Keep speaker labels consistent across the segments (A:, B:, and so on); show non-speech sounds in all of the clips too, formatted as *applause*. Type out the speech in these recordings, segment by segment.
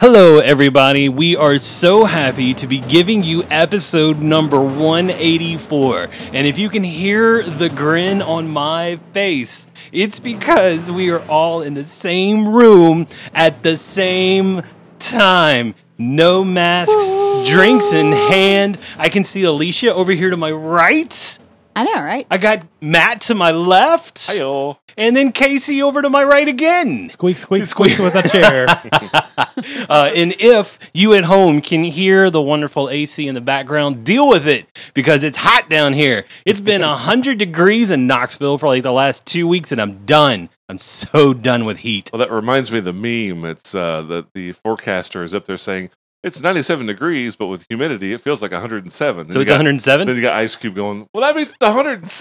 A: Hello, everybody. We are so happy to be giving you episode number 184. And if you can hear the grin on my face, it's because we are all in the same room at the same time. No masks, drinks in hand. I can see Alicia over here to my right.
B: I know, right?
A: I got Matt to my left.
C: Heyo.
A: And then Casey over to my right again. *laughs*
D: Squeak, squeak, squeak with a chair.
A: Uh, and if you at home can hear the wonderful AC in the background, deal with it because it's hot down here. It's been 100 degrees in Knoxville for like the last two weeks, and I'm done. I'm so done with heat.
C: Well, that reminds me of the meme. It's uh, that the forecaster is up there saying it's 97 degrees, but with humidity, it feels like 107. Then
A: So
C: you
A: it's
C: got- Then
A: 107.
C: you got Ice Cube going. Well, that means it's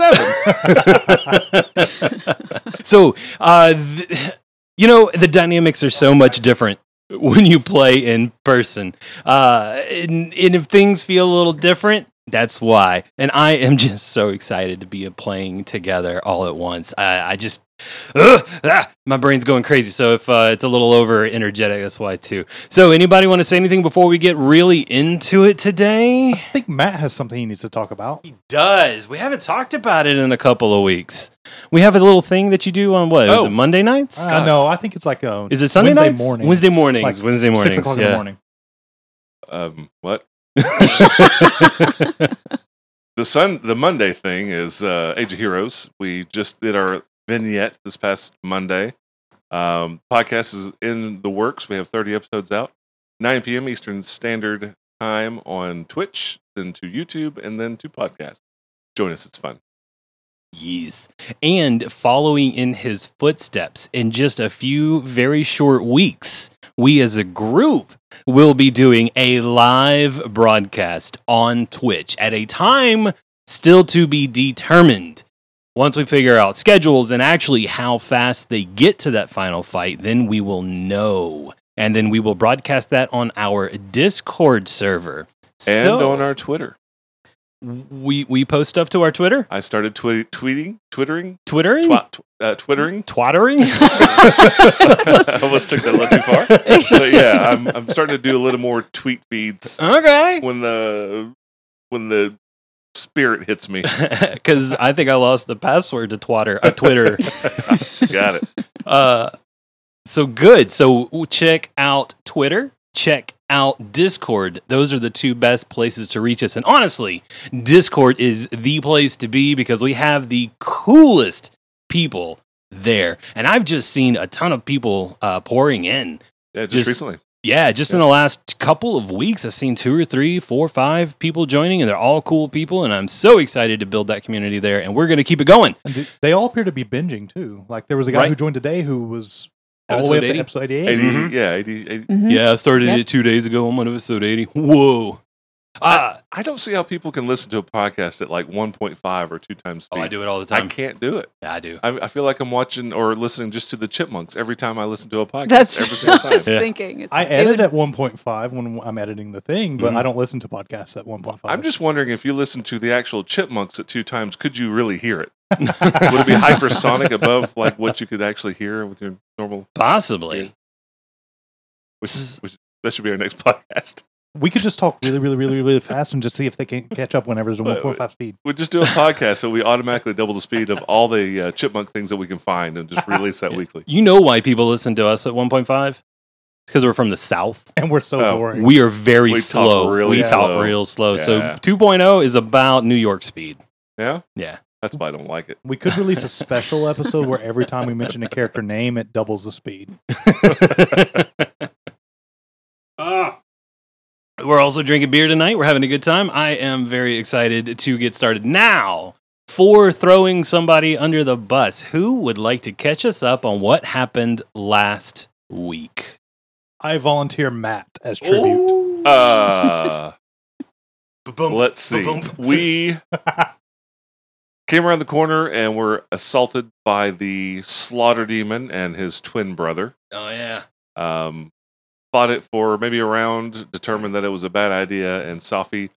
A: *laughs*
C: 107.
A: So, uh, th- *sighs* you know, the dynamics are so much different when you play in person. Uh, and, and if things feel a little different, that's why. And I am *laughs* just so excited to be playing together all at once. I, I just, *sighs* ugh, ah, my brain's going crazy. So if uh, it's a little over energetic, that's why too. So anybody want to say anything before we get really into it today?
D: I think Matt has something he needs to talk about.
A: He does. We haven't talked about it in a couple of weeks. We have a little thing that you do on what? Is
C: Oh.
A: it Monday nights?
D: I know. I think it's like a,
A: Is it Sunday
D: Wednesday
A: nights?
D: morning.
A: Wednesday mornings.
D: Like
A: Wednesday mornings.
D: six o'clock in
A: yeah.
D: the morning.
C: um, what? *laughs* The sun, the Monday thing is uh, Age of Heroes. We just did our vignette this past Monday. Um, podcast is in the works. We have 30 episodes out. 9 p.m. Eastern Standard Time on Twitch, then to YouTube, and then to podcast. Join us; it's fun.
A: Yes. And following in his footsteps in just a few very short weeks, we as a group will be doing a live broadcast on Twitch at a time still to be determined. Once we figure out schedules and actually how fast they get to that final fight, then we will know. And then we will broadcast that on our Discord server.
C: And
A: So-
C: on our Twitter,
A: we we post stuff to our Twitter,
C: I started twi- tweeting, twittering,
A: Twittering,
C: twa- tw- uh,
A: *laughs*
C: twittering.
A: twattering. *laughs*
C: I almost took that a little too far. But yeah, I'm, I'm starting to do a little more tweet
A: *laughs*
C: feeds
A: okay,
C: when the when the spirit hits me.
A: because I think I lost the password to twatter, uh, *laughs* Twitter.
C: Got it.
A: uh, so good. So check out Twitter. Check out Discord. Those are the two best places to reach us. And honestly, Discord is the place to be because we have the coolest people there. And I've just seen a ton of people uh, pouring in.
C: Yeah, just,
A: Just-
C: recently.
A: Yeah, just in the last couple of weeks, I've seen two or three, four, five people joining, and they're all cool people. And I'm so excited to build that community there. And we're going to keep it going.
C: Mm-hmm.
D: And th- they all appear to be binging too. Like there was a guy
A: Right.
D: who joined today who was all the way up
A: Episode
D: to episode 88.
C: 80,
A: Mhm.
C: Yeah, 80, 80.
B: Mhm.
A: Yeah, I started
B: Yep.
A: it two days ago. I'm on episode 80. Whoa. Uh,
C: I don't see how people can listen to a podcast at like 1.5 or two times
A: oh,
C: speed.
A: I do it all the
C: I
A: time.
C: can't do it.
A: Yeah, I do.
C: I, I feel like I'm watching or listening just to the Chipmunks every time I listen to a podcast.
B: That's *laughs*
C: every
B: what
C: single
B: I
C: time.
B: was
A: Yeah.
B: thinking. It's,
D: I
B: it
D: edit
B: would-
D: at 1.5 when I'm editing the thing, but
A: Mhm.
D: I don't listen to podcasts at 1.5.
A: Oh.
C: I'm just wondering if you listen to the actual Chipmunks at two times, could you really hear it? *laughs* Would it be hypersonic above like what you could actually hear with your normal?
A: Possibly.
C: Which,
A: S-
C: which that should be our next *laughs* podcast.
D: we could just talk really, really, really, really fast and just see if they can catch up
A: *laughs*
D: whenever it's a
C: Wait, wait.
D: 1.5 speed.
C: We'll just do a podcast so we automatically double the speed of all the uh, chipmunk things that we can find and just release that
A: Yeah.
C: weekly.
A: You know why people listen to us at 1.5? It's because we're from the South.
D: And we're so
C: Oh,
D: boring.
A: We are very
C: We talk
A: slow.
C: really
A: we
C: slow.
A: talk real slow. So
C: Yeah.
A: 2.0 is about New York speed.
C: Yeah,
A: Yeah.
C: that's why I don't like it.
D: We could release a special episode where every time we mention a character name, it doubles the speed.
A: Ah. We're also drinking beer tonight. We're having a good time. I am very excited to get started now for throwing somebody under the bus. Who would like to catch us up on what happened last week? Oh,
D: I volunteer Matt as tribute.
C: Uh, let's see.
A: *laughs*
C: We came around the corner and were assaulted by the slaughter demon and his twin brother.
A: Oh yeah.
C: um, fought it for maybe a round, determined that it was a bad idea, and Safi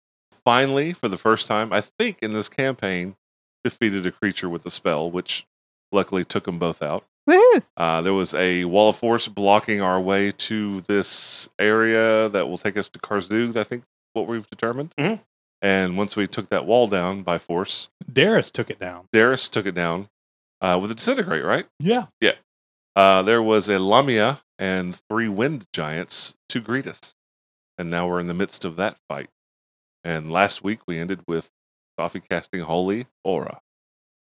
C: finally, for the first time, I think in this campaign, defeated a creature with a spell, which luckily took them both out.
B: Woohoo!
C: Uh, there was a wall of force blocking our way to this area that will take us to Karzug, I think, what we've determined.
A: Mhm.
C: And once we took that wall down by force,
D: Darius took it down.
C: Darius took it down uh, with a disintegrate, right?
D: Yeah.
C: Uh, there was a Lamia and three wind giants to greet us. And now we're in the midst of that fight. And last week we ended with Safi casting Holy Aura.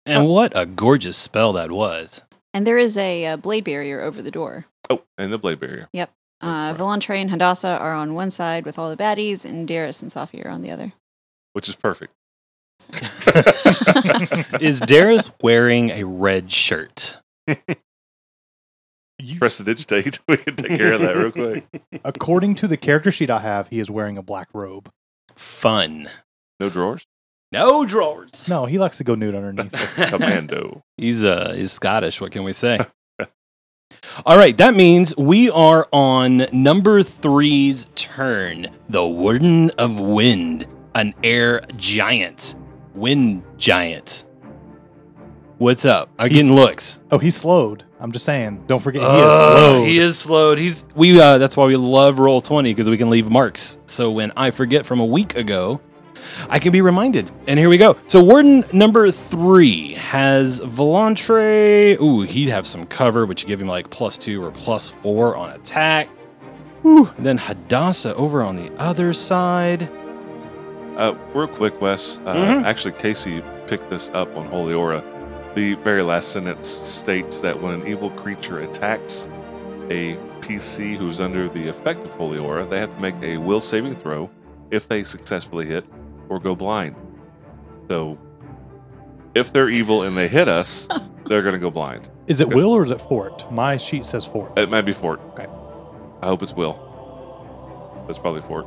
A: And what a gorgeous spell that was.
B: And there is a, uh blade barrier over the door.
C: Oh, and the Blade Barrier.
B: Uh,
C: That's
B: Volantre and Hadassah are on one side with all the baddies, and Darius and Safi are on the
C: *laughs*
B: other. *laughs*
C: which is perfect.
A: Is Darius wearing a red shirt?
D: You,
C: Press the digitate. *laughs* We can take care of that real quick.
D: according to the character sheet I have, he is wearing a black robe.
A: Fun.
C: No drawers.
A: No drawers.
D: No, he likes to go nude underneath. it.
C: Commando.
A: He's uh he's Scottish, what can we say? *laughs* All right, that means we are on number three's turn. The Warden of Wind, an air giant. Wind giant. What's up? I'm
D: He's-
A: getting looks.
D: Oh, he's slowed. I'm just saying. Don't forget, he is
A: Uh,
D: slowed.
A: He is slowed. He's we uh that's why we love roll 20 because we can leave marks. So when I forget from a week ago, I can be reminded. And here we go. So Warden number 3 has Volantre. Ooh, he'd have some cover which give him like plus 2 or plus 4 on attack. Ooh, and then Hadassah over on the other side.
C: Uh, real quick, Wes. Uh,
A: Mhm.
C: Actually, Casey picked this up on Holy Aura. The very last sentence states that when an evil creature attacks a PC who's under the effect of Holy Aura, they have to make a will saving throw if they successfully hit or go blind. So, if they're evil and they hit us, they're going to go blind.
D: Is it Will or is it Fort? My sheet says Fort.
C: It might be Fort.
D: Okay.
C: I hope it's Will. It's probably Fort.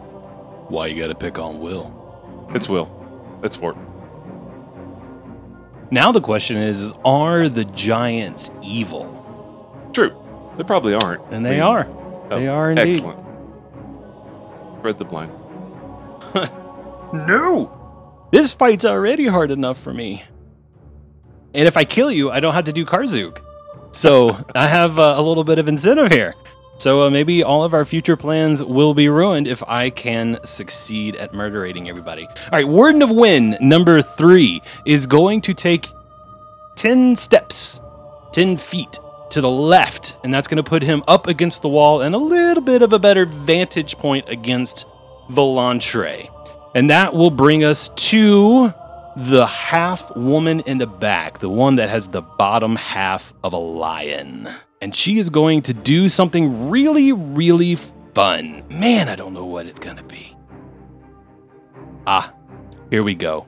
A: Why you got to pick on Will?
C: It's Will. It's Fort.
A: Now the question is, is are the giants evil?
C: True. They probably aren't.
A: And
C: I
A: they
C: mean,
A: are. They are indeed.
C: Excellent. Spread the blind.
A: No! This fight's already hard enough for me. And if I kill you, I don't have to do Karzuk. So *laughs* I have uh, a little bit of incentive here. So uh, maybe all of our future plans will be ruined if I can succeed at murderating everybody. All right, Warden of Win number three is going to take 10 steps, 10 feet to the left, and that's going to put him up against the wall and a little bit of a better vantage point against Volantre. And that will bring us to the half woman in the back, the one that has the bottom half of a lion. And she is going to do something really, really fun. Man, I don't know what it's going to be. Ah, here we go.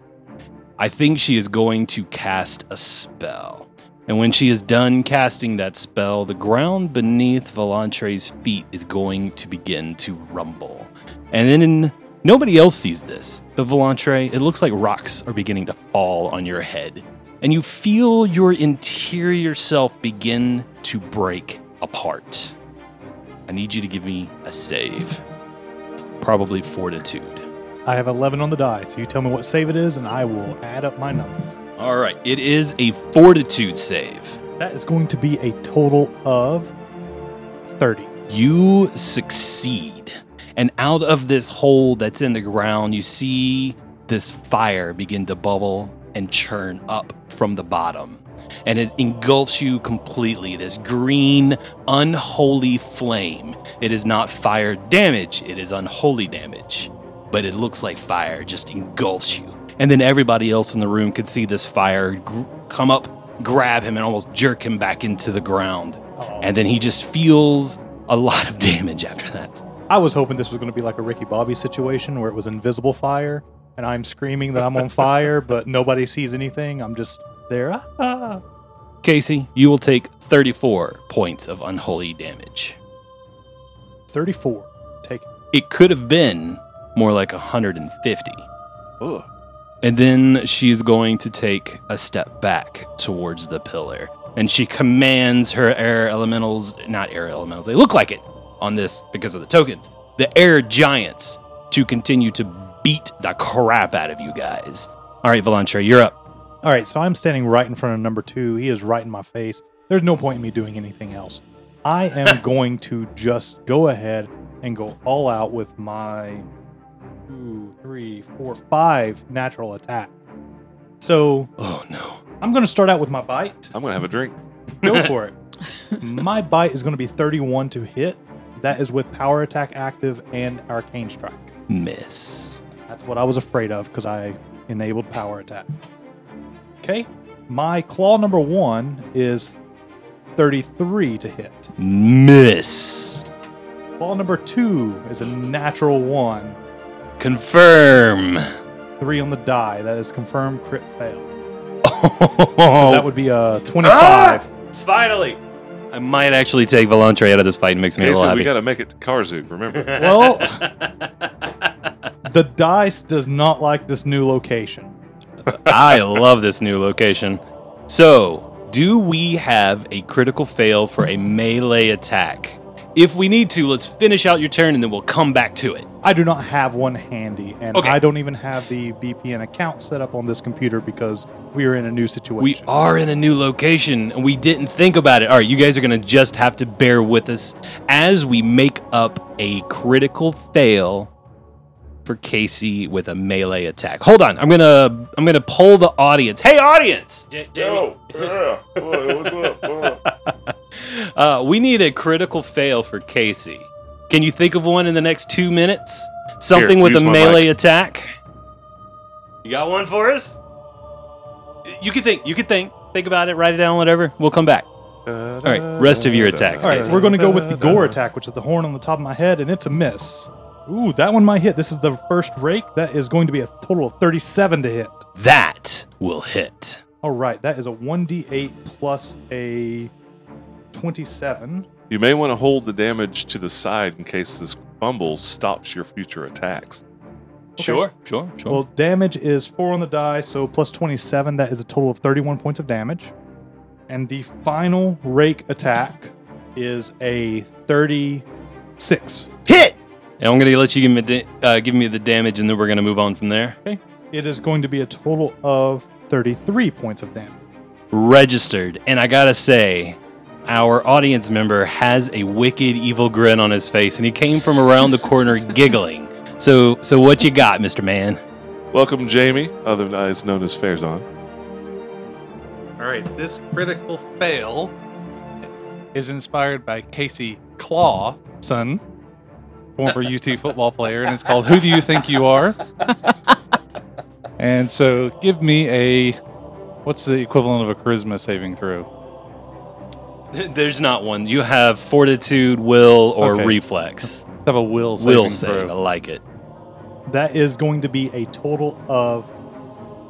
A: I think she is going to cast a spell. And when she is done casting that spell, the ground beneath Volantre's feet is going to begin to rumble. And then nobody else sees this, but Volantre, it looks like rocks are beginning to fall on your head. And you feel your interior self begin to break apart. I need you to give me a save. Probably fortitude.
D: I have 11 on the die, so you tell me what save it is, and I will add up my number.
A: All right, it is a fortitude save.
D: That is going to be a total of 30.
A: You succeed. And out of this hole that's in the ground, you see this fire begin to bubble and churn up from the bottom. And it engulfs you completely. This green, unholy flame. It is not fire damage, it is unholy damage. But it looks like fire just engulfs you. And then everybody else in the room could see this fire gr- come up, grab him, and almost jerk him back into the ground
D: Oh.
A: and then he just feels a lot of damage after that.
D: I was hoping this was going to be like a Ricky Bobby situation where it was invisible fire, and I'm screaming that I'm on fire, but nobody sees anything. I'm just there. Ah, ah.
A: Casey, you will take 34 points of unholy damage.
D: 34. Take it.
A: It could have been more like 150.
C: Ugh.
A: And then she is going to take a step back towards the pillar. And she commands her air elementals, not air elementals, they look like it on this because of the tokens, the air giants to continue to beat the crap out of you guys. All right, Volantra, you're up.
D: All right, so I'm standing right in front of number two. He is right in my face. there's no point in me doing anything else. I am going to just go ahead and go all out with my two, three, four, five natural attack. So
A: Oh no.
D: I'm going to start out with my bite.
C: I'm gonna have a drink.
D: Go for it. my bite is going to be 31 to hit. That is with power attack active and arcane strike.
A: Miss.
D: That's what I was afraid of because I enabled power attack. Okay. My claw number one is 33 to hit.
A: Miss.
D: Claw number two is a natural one.
A: Confirm.
D: Three on the die. That is confirmed crit fail.
A: Oh,
D: That would be a 25.
A: Ah! *laughs* finally. I might actually take Volantre out of this fight and makes me a
C: Okay,
A: little
C: so
A: happy.
C: we gotta make it to Karzuk.
D: *laughs*
C: Remember?
D: Well, the dice does not like this new location.
A: *laughs* I love this new location. So, do we have a critical fail for a melee attack? If we need to, let's finish out your turn and then we'll come back to it.
D: I do not have one handy, and
A: Okay.
D: I don't even have the VPN account set up on this computer because we are in a new situation.
A: We are in a new location and we didn't think about it. All right, you guys are going to just have to bear with us as we make up a critical fail for Casey with a melee attack. Hold on. I'm going to I'm going to poll the audience. Hey audience. J- Jamie.
C: yeah.
A: Uh, we need a critical fail for Casey. Can you think of one in the next two minutes? Something
C: Here,
A: with a
C: use my
A: melee attack. You got one for us? You can think. You can think. Think about it. Write it down. Whatever. We'll come back.
C: All
A: right, rest of your attacks,
D: All right, we're going to go with the gore attack, which is the horn on the top of my head, and it's a miss. Ooh, that one might hit. This is the first rake. That is going to be a total of 37 to hit.
A: That will hit.
D: All right, that is a 1d8 plus a 27.
C: You may want to hold the damage to the side in case this fumble stops your future attacks.
A: Sure. Sure. Sure.
D: Well, damage is 4 on the die, so plus 27, that is a total of 31 points of damage. And the final rake attack is a 36.
A: hit. And I'm gonna let you give me the, uh, give me the damage, and then we're gonna move on from there.
D: Okay, it is going to be a total of 33 points of damage.
A: registered. And I gotta say, our audience member has a wicked evil grin on his face, and he came from around the *laughs* corner giggling. So, so what you got, Mister Man?
C: Welcome, Jamie, otherwise known as Fairzon.
E: All right, this critical fail is inspired by Casey Clawson, former UT football player, and it's called "Who Do You Think You Are." and so, give me a what's the equivalent of a charisma saving throw?
A: *laughs* There's not one. You have fortitude, will, or
E: Okay.
A: reflex.
E: Have a will saving
A: Will save. I
E: throw.
A: like it.
D: That is going to be a total of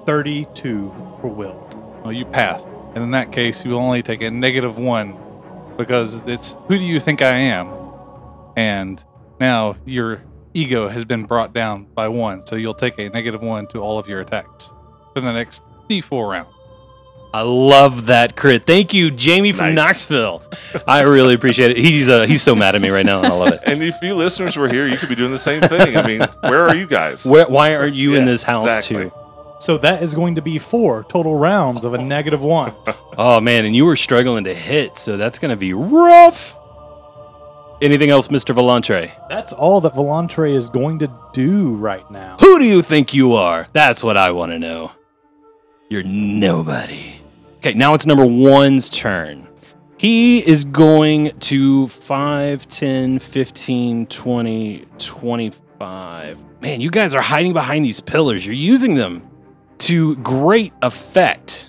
D: 32 for Will.
E: Well, Oh, you pass, and in that case, you will only take a negative one because it's "Who Do You Think I Am," and now your ego has been brought down by one, so you'll take a negative one to all of your attacks for the next D4 round.
A: I love that crit. Thank you, Jamie from
C: Nice.
A: Knoxville. I really appreciate it. He's uh, he's so mad at me right now, and I love
C: *laughs*
A: it.
C: And if you listeners were here, you could be doing the same thing. I mean, where are you guys?
A: Where, why are you in
C: Yeah,
A: this house
C: exactly.
A: too?
D: So that is going to be four total rounds of a negative one.
A: Oh man, and you were struggling to hit, so that's gonna be rough. Anything else, Mr. Volantre?
D: That's all that Volantre is going to do right
A: *laughs*
D: now.
A: Who do you think you are? That's what I want to know. You're nobody. Okay, now it's number one's turn. He is going to 5, 10, 15, 20, 25. Man, you guys are hiding behind these pillars. You're using them to great effect.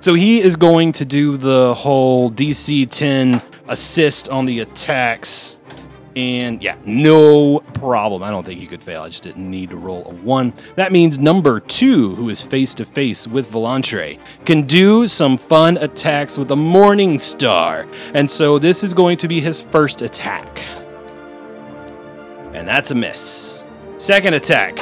A: So he is going to do the whole DC 10 assist on the attacks. And yeah, no problem. I don't think he could fail. I just didn't need to roll a one. That means number two, who is face to face with Volantre, can do some fun attacks with the Morning Star. And so this is going to be his first attack. And that's a miss. Second attack.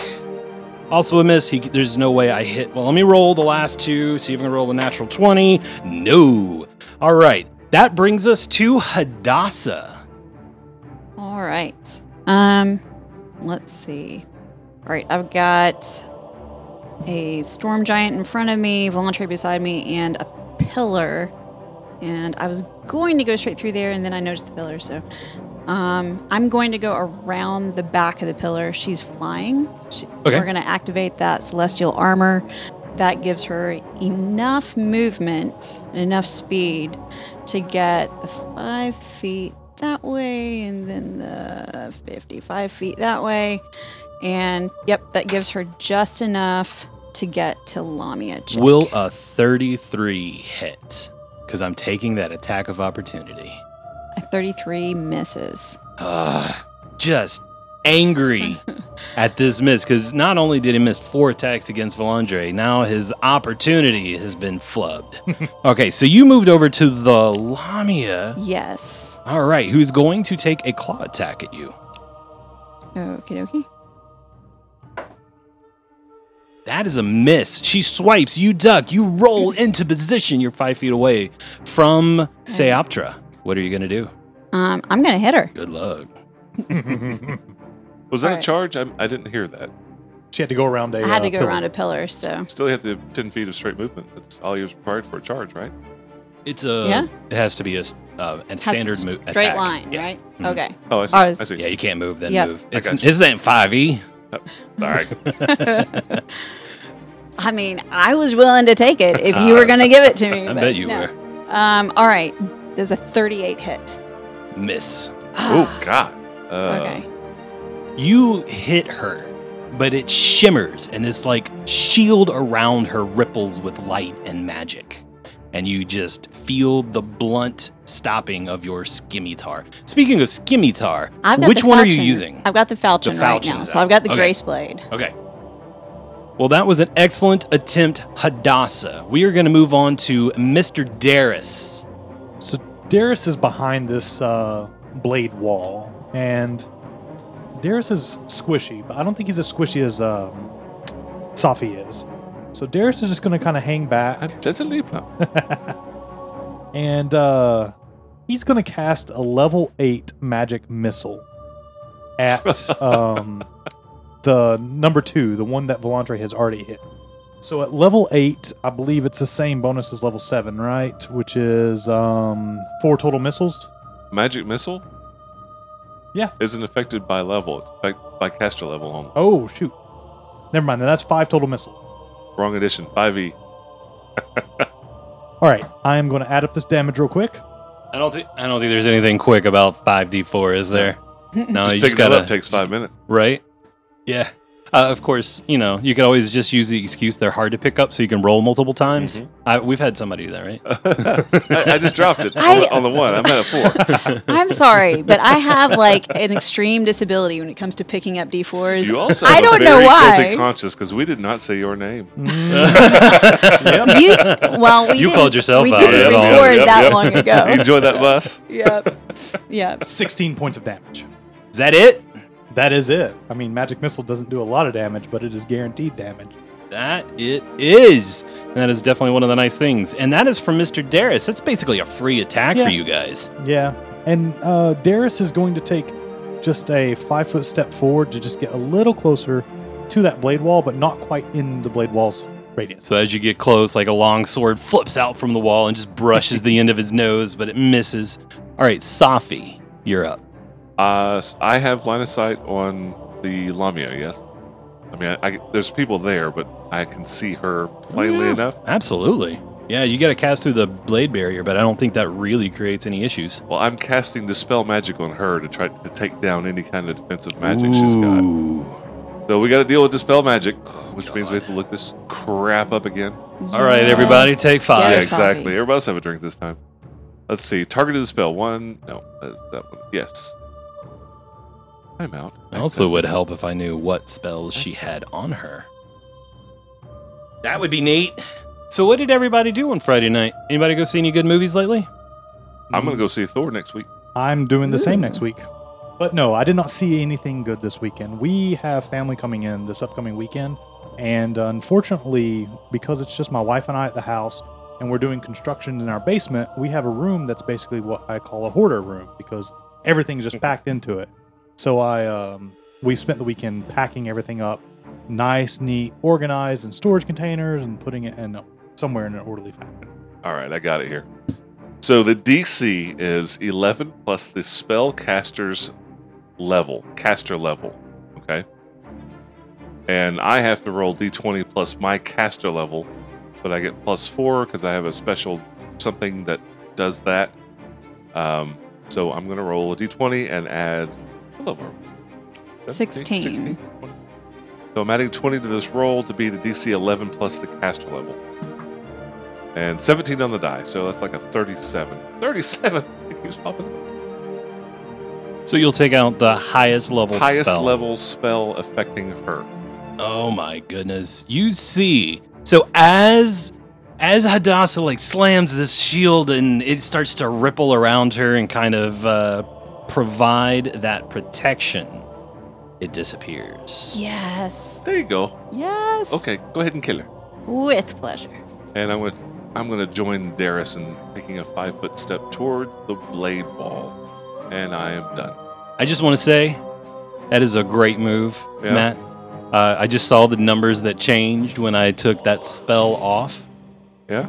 A: Also a miss. He, there's no way I hit. Well, let me roll the last two, see if I can roll the natural 20. No. All right. That brings us to Hadassah.
B: All right. Um, let's see. All right, I've got a storm giant in front of me, Volantre beside me, and a pillar and I was going to go straight through there, and then I noticed the pillar. So um, I'm going to go around the back of the pillar. She's flying. She,
E: Okay.
B: We're going to activate that celestial armor. That gives her enough movement and enough speed to get the five feet that way, and then the 55 feet that way. And yep, that gives her just enough to get to Lamia. Check.
A: Will a 33 hit? Because I'm taking that attack of opportunity.
B: A 33 misses.
A: Ah, just angry at this miss because not only did he miss four attacks against Volandre, now his opportunity has been flubbed. okay, so you moved over to the Lamia.
B: Yes.
A: All right, who's going to take a claw attack at you?
B: Okie dokie.
A: That is a miss. She swipes, you duck, you roll into position. You're five feet away from Seoptra. What are you going to do?
B: Um, I'm gonna hit her.
A: Good luck.
C: Was that a
B: Alright.
C: charge? I, I didn't hear that.
D: She had to go around a.
B: I had
D: uh,
B: to go
D: pillar.
B: around a pillar, so
C: Still, you have to have 10 feet of straight movement. That's all you're required for a charge, right?
A: It's a.
B: Yeah?
A: It has to be a, s- uh, a
B: Has
A: standard move.
B: straight line,
A: yeah.
B: right?
A: Mhm.
B: Okay.
C: Oh, I see.
B: I
C: I,
B: was-
C: see.
A: Yeah, you can't move then
B: Yep.
A: move.
C: I
A: It's
C: gotcha. Oh,
A: this ain't five e.
C: All right.
B: I mean, I was willing to take it if you were gonna give it to
A: *laughs*
B: me.
A: Uh, *laughs* I
B: but
A: bet you
B: no. Um, all right. There's a 38 hit.
A: were. Miss.
C: oh, God.
B: *gasps*
C: Uh,
B: okay.
A: You hit her, but it shimmers, and this like shield around her ripples with light and magic. And you just feel the blunt stopping of your scimitar. Speaking of scimitar,
B: I've got
A: which
B: the
A: one are you
B: falchion-
A: using?
B: I've got the falchion, right now,
A: falchion's
B: so
A: out.
B: I've got the
A: Okay.
B: grace
A: *laughs*
B: blade.
A: Okay. Well, that was an excellent attempt, Hadassah. We are going to move on to Mr. Darius.
D: So Darius is behind this uh, blade wall, and Darius is squishy, but I don't think he's as squishy as um, Safi is. So Darius is just going to kind of hang back,
C: That's a leap now.
D: and uh, he's going to cast a level eight magic missile at um, the number two, the one that Volantre has already hit. So at level eight, I believe it's the same bonus as level seven, right? Which is um, four total missiles.
C: Magic missile?
D: Yeah.
C: Isn't affected by level. It's affected by caster level only.
D: Oh shoot! Never mind. Then that's five total missiles.
C: Wrong edition. E. 5e.
D: All right, I am going to add up this damage real quick.
A: I don't think I don't think there's anything quick about 5d4, is there? No, you *laughs* just
C: Picking it
A: gotta
C: up takes
A: *laughs*
C: five minutes.
A: right? Yeah. Uh, of course, you know you can always just use the excuse they're hard to pick up, so you can roll multiple times. I, we've had somebody do that, right?
C: I, I just dropped it
B: *laughs*
C: on,
B: I-
C: the, on the one. I'm at a four.
B: *laughs* I'm sorry, but I have like an extreme disability when it comes to picking up D4s.
C: You also
B: I
C: have
B: don't
C: a
B: know
C: very
B: why.
C: guilty conscience because we did not say your name.
B: *laughs* You, well, we
A: You
B: didn't-
A: called yourself
B: we
A: out
B: didn't
A: at all.
B: record
C: Yep,
B: that
C: yep.
B: long
A: *laughs*
B: ago.
C: You enjoyed that bus?
B: yep. Yep.
D: Sixteen points of damage.
A: Is that it?
D: That is it. I mean, magic missile doesn't do a lot of damage, but it is guaranteed damage.
A: That it is. And that is definitely one of the nice things, and that is from Mister Darius. That's basically a free attack
D: Yeah.
A: for you guys.
D: Yeah, and uh, Darius is going to take just a five foot step forward to just get a little closer to that blade wall, but not quite in the blade wall's radius.
A: So as you get close, like a long sword flips out from the wall and just brushes the end of his nose, but it misses. All right, Safi, you're up.
C: Uh, s- I have line of sight on the Lamia, yes. I mean, I, I, there's people there, but I can see her plainly
A: Oh, yeah.
C: enough.
A: Absolutely. Yeah, you got to cast through the blade barrier, but I don't think that really creates any issues.
C: Well, I'm casting Dispel Magic on her to try to take down any kind of defensive magic she's got. So we got to deal with Dispel Magic, which means we have to look this crap up again.
A: All right, everybody, take
B: Yeah,
C: yeah,
A: five.
B: there's
C: exactly.
B: coffee.
C: Everybody else have a drink this time. Let's see. Targeted spell. One. No, that's that one. Yes. I'm out.
A: I also would help if I knew what spells she had on her. That would be neat. So, what did everybody do on Friday night? Anybody go see any good movies lately?
C: I'm gonna go see Thor next week.
D: I'm doing the same
B: Ooh.
D: next week. But no, I did not see anything good this weekend. We have family coming in this upcoming weekend. And unfortunately, because it's just my wife and I at the house and we're doing construction in our basement, we have a room that's basically what I call a hoarder room because everything's just packed into it. So I, um, we spent the weekend packing everything up nice, neat, organized in storage containers and putting it in somewhere in an orderly fashion.
C: All right, I got it here. So the DC is 11 plus the spell caster's level, caster level. Okay. And I have to roll D20 plus my caster level, but I get plus four because I have a special something that does that. Um, so I'm going to roll a D20 and add. I love our-
B: 16.
C: 20. So I'm adding 20 to this roll to be the DC 11 plus the caster level. And 17 on the die, so that's like a 37. 37! *laughs* It keeps popping up.
A: So you'll take out the highest level
C: highest
A: spell.
C: level spell affecting her.
A: Oh my goodness. You see. So as as Hadassah like slams this shield and it starts to ripple around her and kind of uh, provide that protection, it disappears.
B: Yes.
C: There you go.
B: Yes.
C: Okay, go ahead and kill her.
B: With pleasure.
C: And I'm gonna I'm gonna join Darius in taking a five foot step toward the blade ball. And I am done.
A: I just want to say that is a great move,
C: Yeah.
A: Matt. Uh, I just saw the numbers that changed when I took that spell off.
C: Yeah?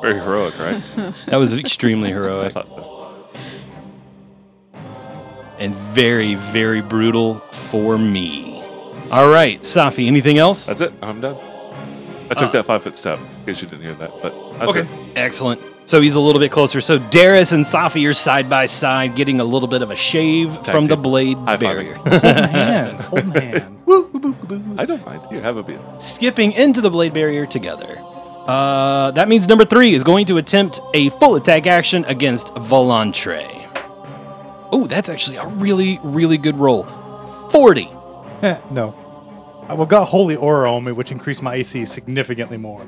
C: Very heroic, right?
A: That was *laughs* extremely
C: I
A: heroic
C: thought so.
A: and very, very brutal for me. All right, Safi, anything else?
C: That's it. I'm done. I took
A: Uh.
C: that five foot step in case you didn't hear that, but that's it.
A: Excellent. So he's a little bit closer. So Darius and Safi are side by side, getting a little bit of a shave from the
C: team.
A: blade
C: High
A: barrier. *laughs*
D: Holding hands. Holding hands.
C: I don't mind. Here, have a beer.
A: Skipping into the blade barrier together. Uh, that means number three is going to attempt a full attack action against Volantre. Oh, that's actually a really, really good roll. 40.
D: Eh, no. I well, got Holy Aura on me, which increased my AC significantly more.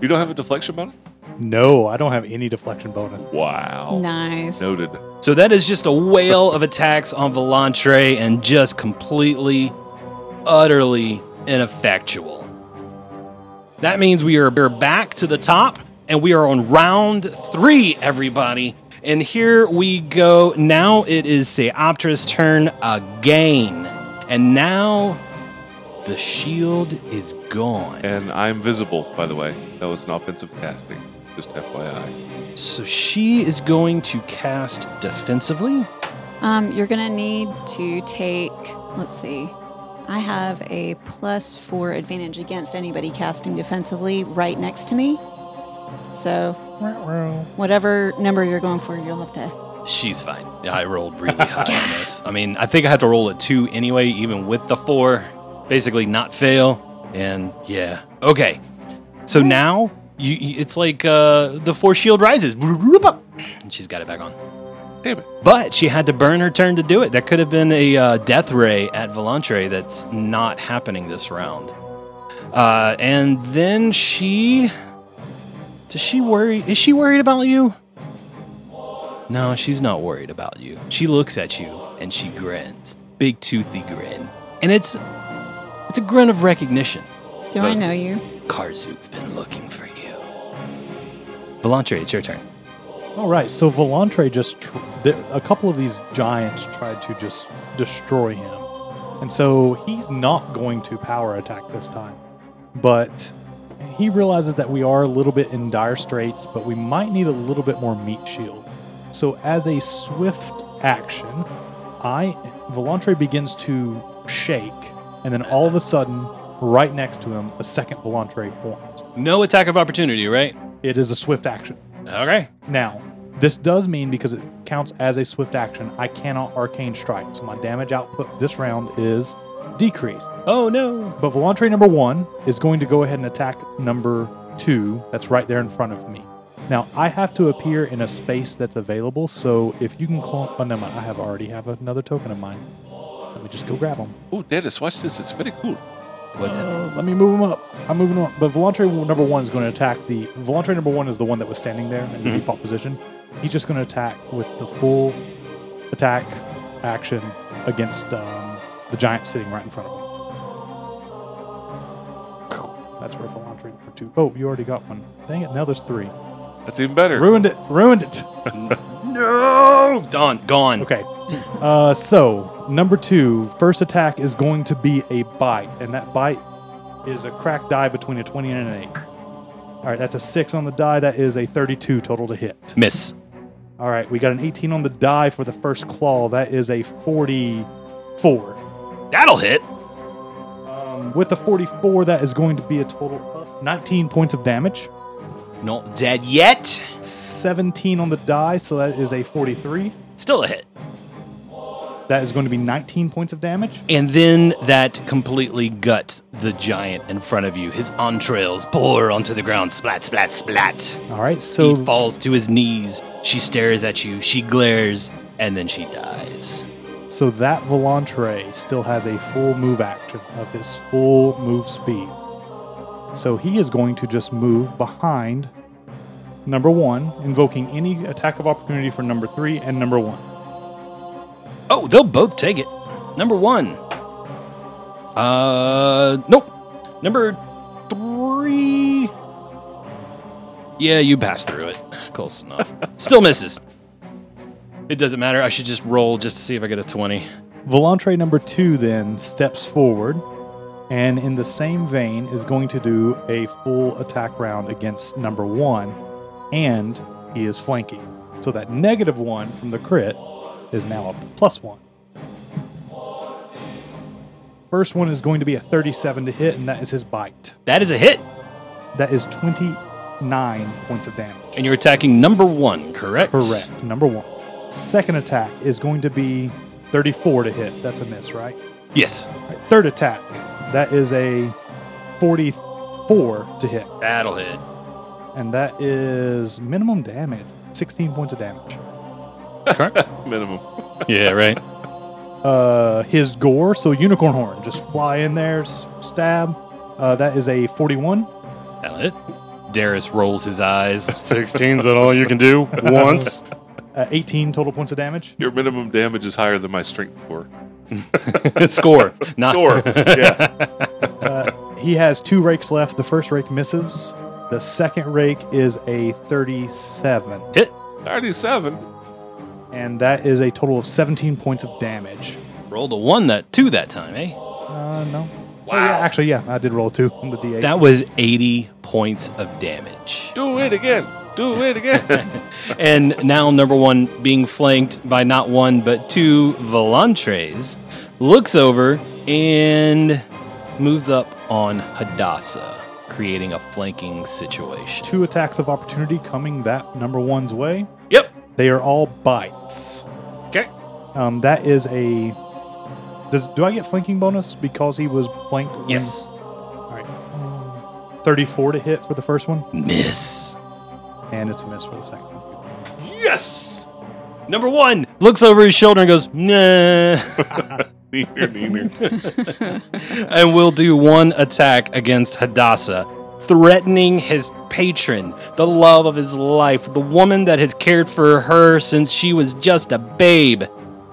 C: You don't have a deflection bonus?
D: No, I don't have any deflection bonus.
C: Wow.
B: Nice.
C: Oh, Noted.
A: So that is just a whale of attacks on Volantre and just completely, utterly ineffectual. That means we are we're back to the top and we are on round three, everybody. And here we go. Now it is Seoptra's turn again. And now the shield is gone.
C: And I'm visible, by the way. That was an offensive casting. Just FYI.
A: So she is going to cast defensively.
B: Um, you're gonna need to take. Let's see. I have a plus four advantage against anybody casting defensively right next to me. So whatever number you're going for, you'll have to.
A: She's fine. Yeah, I rolled really high on this. I mean, I think I have to roll a two anyway, even with the four. Basically, not fail. And yeah, okay. So now you, you- it's like uh, the four shield rises, and she's got it back on.
C: Damn it.
A: But she had to burn her turn to do it. That could have been a uh, death ray at Volantre that's not happening this round. Uh, and then she. Does she worry? Is she worried about you? No, she's not worried about you. She looks at you and she grins. Big toothy grin. And it's it's a grin of recognition.
B: Do I know you?
A: Karzook's been looking for you. Volantre, it's your turn.
D: All right, so Volantre just tr- th- a couple of these giants tried to just destroy him, and so he's not going to power attack this time. But he realizes that we are a little bit in dire straits, but we might need a little bit more meat shield. So as a swift action, I Volantre begins to shake, and then all of a sudden, right next to him, a second Volantre forms.
A: No attack of opportunity, right?
D: It is a swift action.
A: Okay.
D: Now, this does mean because it counts as a swift action, I cannot arcane strike. So my damage output this round is decreased.
A: Oh no.
D: But Volantre number one is going to go ahead and attack number two that's right there in front of me. Now I have to appear in a space that's available, so if you can clone, oh no, I have already have another token of mine. Let me just go grab them.
C: Oh, Dennis, watch this. It's pretty cool.
A: What's up?
D: Uh, let me move him up. I'm moving him up. But Volantre number one is going to attack the. Volantre number one is the one that was standing there in the default position. He's just going to attack with the full attack action against um, the giant sitting right in front of him. That's where Volantre number two. Oh, you already got one. Dang it. Now there's three.
C: That's even better.
D: Ruined it. Ruined it.
A: No, Don, gone.
D: *clears throat* Okay. Uh, so, number two, first attack is going to be a bite, and that bite is a crack die between a 20 and an All right, that's a six on the die. That is a 32 total to hit.
A: Miss.
D: All right, we got an 18 on the die for the first claw. That is a 44.
A: That'll hit.
D: Um, with the 44, that is going to be a total of 19 points of damage.
A: Not dead yet.
D: 17 on the die, so that is a 43.
A: Still a hit.
D: That is going to be 19 points of damage.
A: And then that completely guts the giant in front of you. His entrails pour onto the ground. Splat, splat, splat.
D: All right, so
A: he falls to his knees. She stares at you. She glares, and then she dies.
D: So that Volantre still has a full move action of his full move speed. So he is going to just move behind number one, invoking any attack of opportunity for number three and number one.
A: Oh, they'll both take it. Number one. Uh, nope. Number three. Yeah, you pass through it. Close enough.
D: *laughs*
A: Still misses. It doesn't matter. I should just roll just to see if I get a 20.
D: Volantre number two then steps forward and, in the same vein, is going to do a full attack round against number one, and he is flanking. So that negative one from the crit is now a plus one. First one is going to be a 37 to hit, and that is his bite.
A: That is a hit.
D: That is 29 points of damage.
A: And you're attacking number one, correct?
D: Correct. Number one. Second attack is going to be 34 to hit. That's a miss, right?
A: Yes.
D: All right, Third attack. That is a 44 to hit.
A: That'll
D: *laughs*
A: hit.
D: And that is minimum damage 16 points of damage.
C: Minimum.
A: Yeah, right.
D: Uh, his gore, so unicorn horn, just fly in there, s- stab. Uh, that is a 41.
A: That'll hit. Darius rolls his
D: *laughs*
A: eyes.
F: 16's that all you can do once?
D: Uh, 18 total points of damage.
C: Your minimum damage is higher than my strength score.
A: Score. Not
C: Score. yeah.
D: Uh, he has two rakes left. The first rake misses. The second rake is a 37.
C: 37.
D: And that is a total of 17 points of damage.
A: Rolled a one that two that time, eh?
D: Uh, no.
A: Wow.
D: Oh, yeah, actually, yeah, I did roll two on the D8.
A: That was 80 points of damage.
C: Do it again. Do it again.
A: and now number one being flanked by not one but two Volantres looks over and moves up on Hadassah, creating a flanking situation.
D: two attacks of opportunity coming that number one's way.
A: Yep.
D: They are all bites.
A: Okay.
D: Um, that is a. Does do I get flanking bonus because he was flanked? when-
A: Yes.
D: All right. Um, Thirty-four to hit for the first one,
A: Miss.
D: and it's a miss for the second one.
A: Yes. Number one looks over his shoulder and goes, nah.
C: Neater, neater.
A: and will do one attack against Hadassah, threatening his patron, the love of his life, the woman that has cared for her since she was just a babe.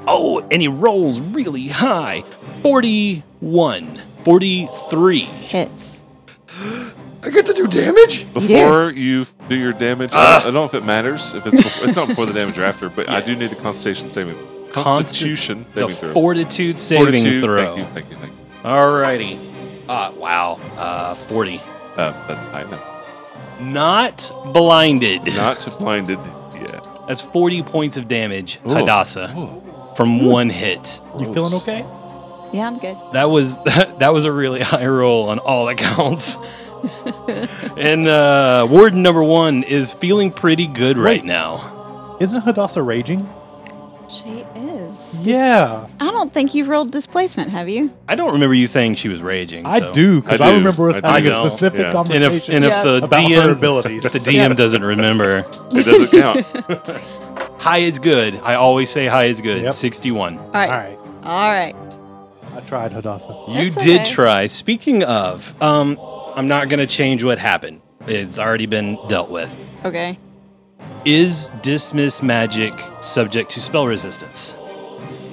A: Oh, and he rolls really high 41, 43.
B: Hits.
A: I get to do damage?
C: Before you do your damage, I, don't, I don't know if it matters. If it's before, it's not before the damage or after, but I do need a Constitution saving. Constitution
A: The
C: saving throw.
A: fortitude saving
C: Fortitude-
A: throw.
C: Thank you. Thank you. Thank you.
A: Alrighty. Uh, wow. Uh, 40.
C: Uh, that's high enough.
A: Not blinded.
C: Not blinded. Yeah.
A: That's 40 points of damage,
C: Ooh.
A: Hadassah,
C: Ooh.
A: from one hit.
D: You feeling okay?
B: Yeah, I'm good.
A: That was *laughs* that, was a really *laughs* high roll on all accounts. *laughs* and uh, warden number one is feeling pretty good right
D: Wait.
A: now.
D: Isn't Hadassah raging?
B: She is.
D: Yeah,
B: I don't think you've rolled displacement, have you?
A: I don't remember you saying she was raging.
D: I
A: so-
D: do because
C: I
D: I,
C: do.
D: remember us
C: I do.
D: having a
A: I know,
D: specific
C: yeah.
A: And if,
D: conversation
A: and if
B: Yeah.
A: the
D: about her
A: DM
D: abilities.
A: if *laughs* the DM doesn't remember,
C: It doesn't count.
A: high is good. I always say high is good.
D: Yep.
A: Sixty-one.
B: All right.
D: All right,
B: All right.
D: I tried Hadassah.
A: You
B: That's
A: did
B: okay.
A: try. Speaking of, um, I'm not gonna change what happened. It's already been dealt with.
B: Okay.
A: Is dismiss magic subject to spell resistance?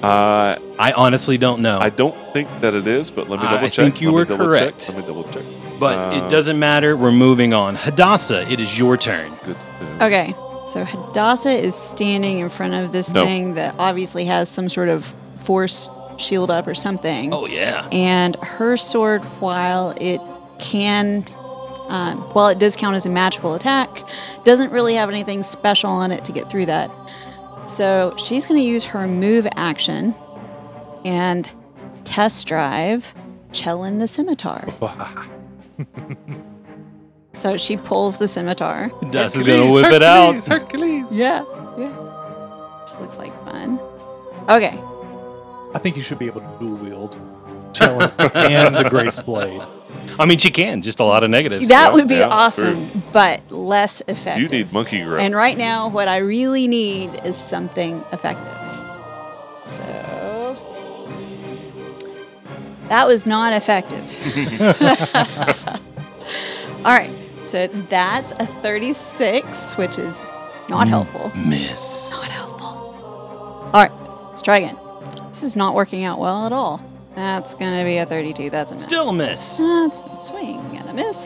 C: Uh,
A: I honestly don't know.
C: I don't think that it is, but let me
A: I
C: double check.
A: think you
C: Let me
A: were
C: double
A: correct.
C: Check. Let me double check.
A: But
C: Uh,
A: it doesn't matter. We're moving on. Hadassah, it is your turn.
C: Good. uh,
B: Okay. So Hadassah is standing in front of this
C: No.
B: thing that obviously has some sort of force shield up or
A: Oh.
B: something.
A: yeah.
B: And her sword, while it can Um, while it does count as a magical attack, doesn't really have anything special on it to get through that. So she's going to use her move action and test drive Chellin the scimitar. so she pulls the scimitar.
A: Dust is gonna whip it out.
E: Hercules.
B: Yeah, yeah. This looks like fun. Okay,
D: I think you should be able to dual wield Chillin *laughs* and the Grace Blade.
A: I mean, she can. Just a lot of negatives.
B: that
C: yeah,
B: would be
C: yeah,
B: awesome, but less effective.
C: You need monkey grip.
B: And right now, what I really need is something effective. So. That was not effective.
C: *laughs*
B: *laughs* All right. So that's a 36, which is not
C: Mm.
B: helpful.
A: Miss.
B: Not helpful. All right. Let's try again. This is not working out well at all. That's going to be a 32. That's a miss.
A: Still miss.
B: That's a swing and a miss.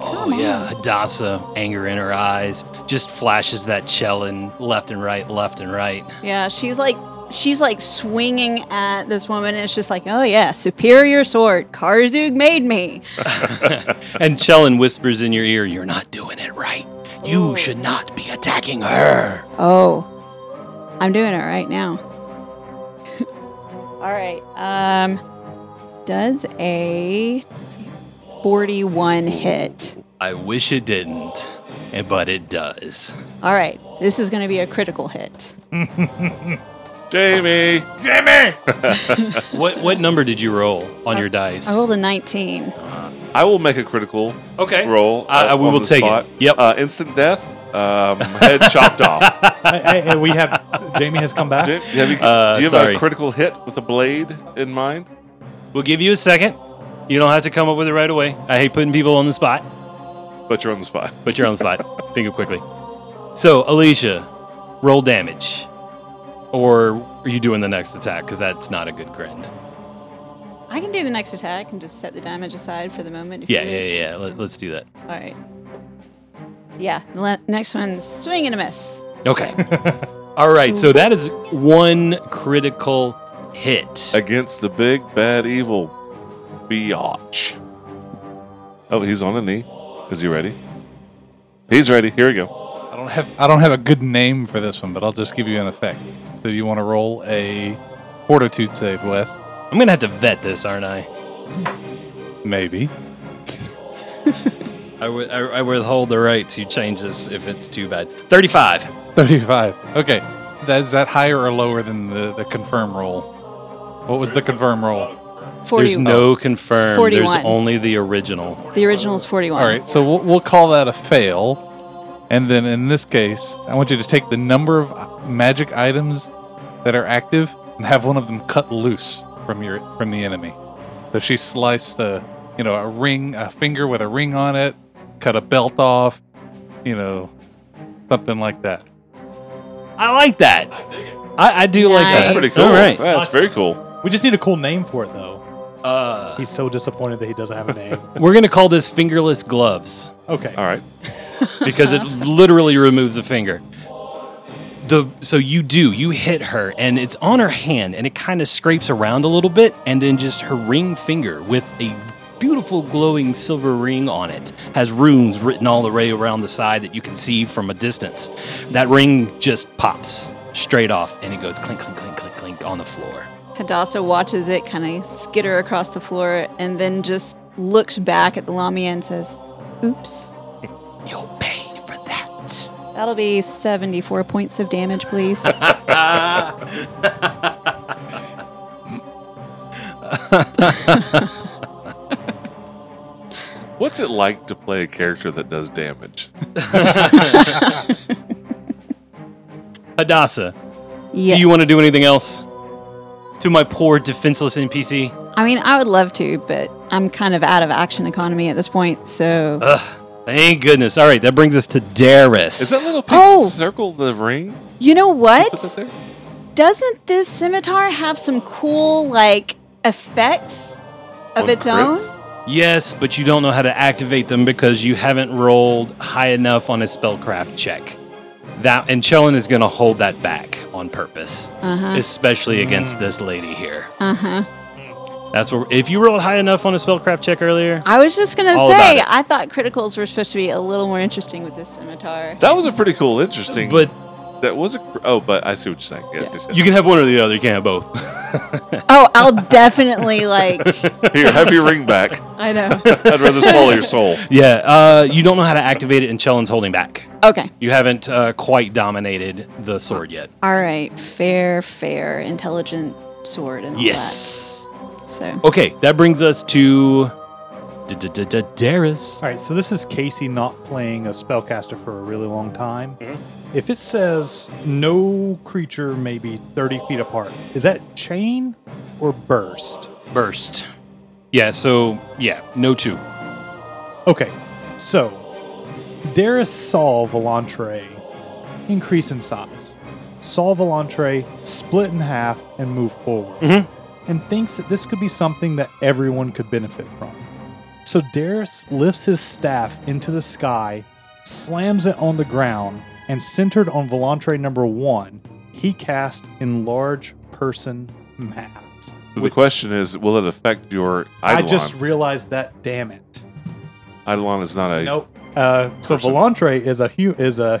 A: Oh
B: Come
A: yeah, Hadassah, anger in her eyes, just flashes that chellin left and right, left and right.
B: Yeah, she's like she's like swinging at this woman, and it's just like, oh yeah, superior sword, Karzug made me.
A: And Chellin whispers in your ear, "You're not doing it right. You
B: Ooh.
A: should not be attacking her."
B: Oh, I'm doing it right now. *laughs* All right. Um, does a let's see, 41 hit?
A: I wish it didn't, eh, but it does.
B: All right, this is going to be a critical hit.
C: Jamie.
A: What what number did you roll on your dice?
B: I rolled a 19.
C: I will make a critical
A: okay.
C: roll.
A: I- I- we
C: on
A: will
C: the
A: take it.
C: spot.
A: Yep.
C: Uh, instant death. Um, head chopped off.
A: *laughs*
D: I- I- I- we have Jamie has come back.
C: Jam- have you,
A: Uh,
C: do you have
A: sorry.
C: a critical hit with a blade in mind?
A: We'll give you a second. You don't have to come up with it right away. I hate putting people on the spot,
C: But you're on the spot.
A: but you're on the
C: *laughs*
A: spot. Think of quickly. So, Alicia, roll damage. Or are you doing the next attack? Because that's not a good grind.
B: I can do the next attack and just set the damage aside for the moment. If
A: Yeah,
B: you
A: yeah,
B: wish.
A: yeah. Let, let's do that.
B: All right. Yeah, the le- next one's swing and a miss.
C: *laughs*
A: Okay. All right. So that is one critical hit.
C: Against the big, bad, evil biatch. Oh, he's on a knee. Is he ready? He's ready. Here we go.
E: I don't have I don't have a good name for this one, but I'll just give you an effect. So you want to roll a fortitude save, Wes?
A: I'm gonna have to vet this, aren't I?
E: Maybe.
A: I wi- I- I withhold the right to change this if it's too bad. 35.
E: 35. Okay. That, is that higher or lower than the, the confirm roll? What was the confirm roll?
B: 41.
A: There's no confirmed.
B: 41.
A: There's only the original.
B: The original is 41.
E: All right, so we'll, we'll call that a fail. And then in this case, I want you to take the number of i- magic items that are active and have one of them cut loose from your from the enemy. So she sliced the, you know, a ring, a finger with a ring on it, cut a belt off, you know, something like that.
A: I like that. I, I do like that.
B: Nice.
C: That's pretty cool.
A: All right.
C: Yeah, that's very cool.
D: We just need a cool name for it, though.
A: Uh,
D: He's so disappointed that he doesn't have
C: *laughs*
D: a name.
A: we're gonna call this fingerless gloves
D: Okay.
C: All right.
A: because it literally removes a finger. The so you do you hit her and it's on her hand and it kind of scrapes around a little bit and then just her ring finger with a beautiful glowing silver ring on it has runes written all the way around the side that you can see from a distance. That ring just pops straight off and it goes clink clink clink clink clink on the floor.
B: Hadassah watches it kind of skitter across the floor and then just looks back at the Lamia and says, Oops.
A: You'll pay for that.
B: That'll be 74 points of damage,
A: *laughs*
B: please.
C: What's it like to play a character that does damage?
A: Hadassah,
B: yes.
A: do you want to do anything else to my poor defenseless NPC?
B: I mean, I would love to, but I'm kind of out of action economy at this point, so.
A: Thank goodness. All right, that brings us to Darius.
C: Is that little pink
B: Oh.
C: circle the ring?
B: you know
C: Put that
A: *laughs*
B: what?
C: there?
B: Doesn't this scimitar have some cool, like, effects of
C: One
B: its
C: crit?
B: own?
A: yes, but you don't know how to activate them because you haven't rolled high enough on a spellcraft check. That and Chellin is going to hold that back on purpose,
B: Uh huh.
A: Hmm. especially against this lady here.
B: Uh huh.
A: That's where if you rolled high enough on a spellcraft check earlier,
B: I was just gonna
A: All about
B: say,
A: it.
B: I thought criticals were supposed to be a little more interesting with this
A: *laughs*
B: scimitar.
C: That was a pretty cool, interesting.
A: but
C: that was a oh, but I see what you're saying. Yes, yes, yes.
A: you can have one or the other. You can't have both.
B: Oh, I'll definitely like.
C: Here, have your ring back.
B: I
A: *laughs*
B: know.
C: *laughs* I'd rather swallow your soul.
A: *laughs* yeah, uh, you don't know how to activate it, and Chelin's holding back.
B: Okay.
A: You haven't uh, quite dominated the sword yet.
B: All right. Fair, fair, intelligent sword and all that. So
A: Okay, that brings us to Darius.
D: All right, so this is Casey not playing a spellcaster for a really long time.
C: Mm-hmm.
D: If it says no creature may be 30 feet apart, is that chain or burst?
A: Burst. Yeah, so yeah, no two.
D: Okay, so Darius saw Volantre increase in size. Saw Volantre split in half and move forward.
A: Mhm.
D: And thinks that this could be something that everyone could benefit from. So Darius lifts his staff into the sky, slams it on the ground, and centered on Volantre number one, he cast Enlarge Person Mass.
C: So the question is, will it affect your Eidolon?
D: I just realized that, damn it.
C: Eidolon is not a.
D: Nope. Uh, so
C: Person.
D: Volantre is a hu- is a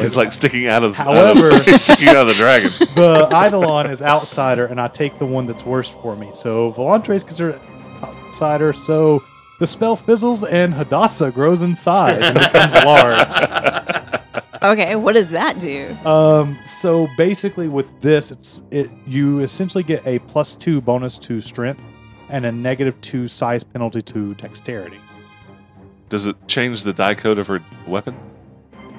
C: *laughs* It's like sticking out of.
D: However-
C: out of, *laughs* sticking out of the dragon.
D: the Eidolon is outsider, and I take the one that's worst for me. So Volantre is considered outsider. So the spell fizzles, and Hadassah grows in size and
C: *laughs*
D: becomes large.
B: okay, what does that do?
D: Um, so basically, with this, it's it you essentially get a plus two bonus to strength and a negative two size penalty to dexterity.
C: Does it change the die code of her weapon?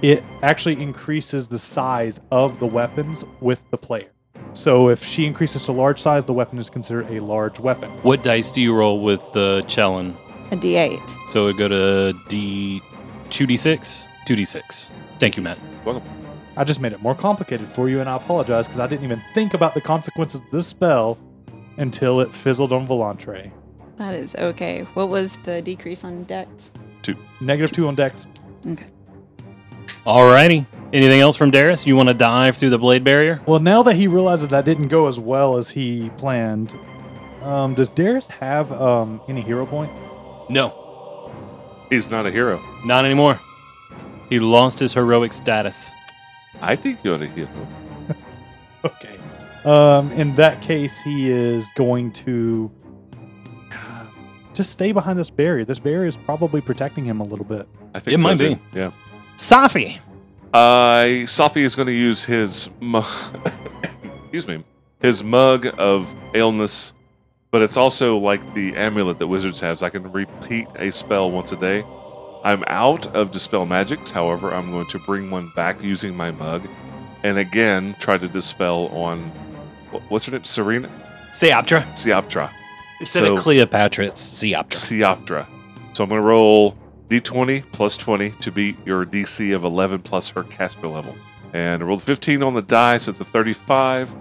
D: it actually increases the size of the weapons with the player. So if she increases to large size, the weapon is considered a large weapon.
A: What dice do you roll with the Chelin?
B: A D8.
A: So it go to D two D six? Two D six. Thank you, Matt.
D: I just made it more complicated for you, and I apologize because I didn't even think about the consequences of this spell until it fizzled on Volantre.
B: That is okay. What was the decrease on dex?
D: Negative two on Dex.
B: Okay.
A: Alrighty. Anything else from Darius? You want to dive through the blade barrier?
D: Well, now that he realizes that didn't go as well as he planned, um, does Darius have um, any hero point?
A: No.
C: He's not a hero.
A: Not anymore. He lost his heroic status.
C: I think you're a hero.
D: Okay. Um, in that case, he is going to just stay behind this barrier. This barrier is probably protecting him a little bit.
C: I think
A: It
C: so,
A: might be.
C: too. Yeah.
A: Safi.
C: Uh, Safi is going to use his mug, *coughs* excuse me, his mug of illness, but it's also like the amulet that wizards have. So I can repeat a spell once a day. I'm out of dispel magics, however, I'm going to bring one back using my mug, and again try to dispel on wh- what's her name, Serena
A: Seoptra.
C: Sioptra.
A: Instead
C: So-
A: of Cleopatra, it's Seoptra.
C: Sioptra. So I'm going to roll d20 plus 20 to beat your DC of 11 plus her caster level. And I rolled 15 on the die, so it's a 35.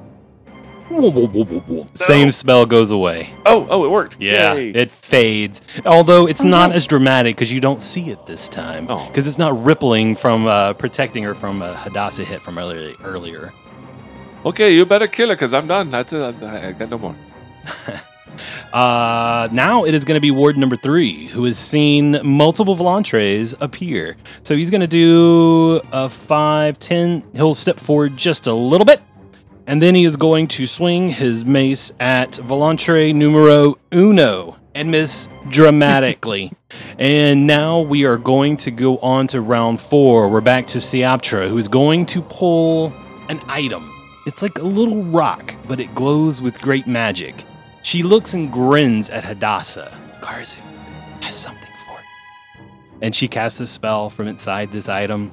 A: Same spell goes away.
C: Oh, oh, it worked.
A: Yeah,
C: Yay.
A: it fades. Although it's not
B: no.
A: as dramatic because you don't see it this time.
C: Oh.
A: Because it's not rippling from uh, protecting her from a Hadassah hit from earlier. earlier.
C: okay, you better kill her because I'm done. That's it. I I got no more.
A: Uh, now it is going to be Ward number three, who has seen multiple Volantres appear. So he's going to do a 5, 10. He'll step forward just a little bit. And then he is going to swing his mace at Volantre numero uno and miss dramatically. and now we are going to go on to round four. We're back to Seoptra, who's going to pull an item. It's like a little rock, but it glows with great magic. She looks and grins at Hadassah. Karzu has something for you. And she casts a spell from inside this item.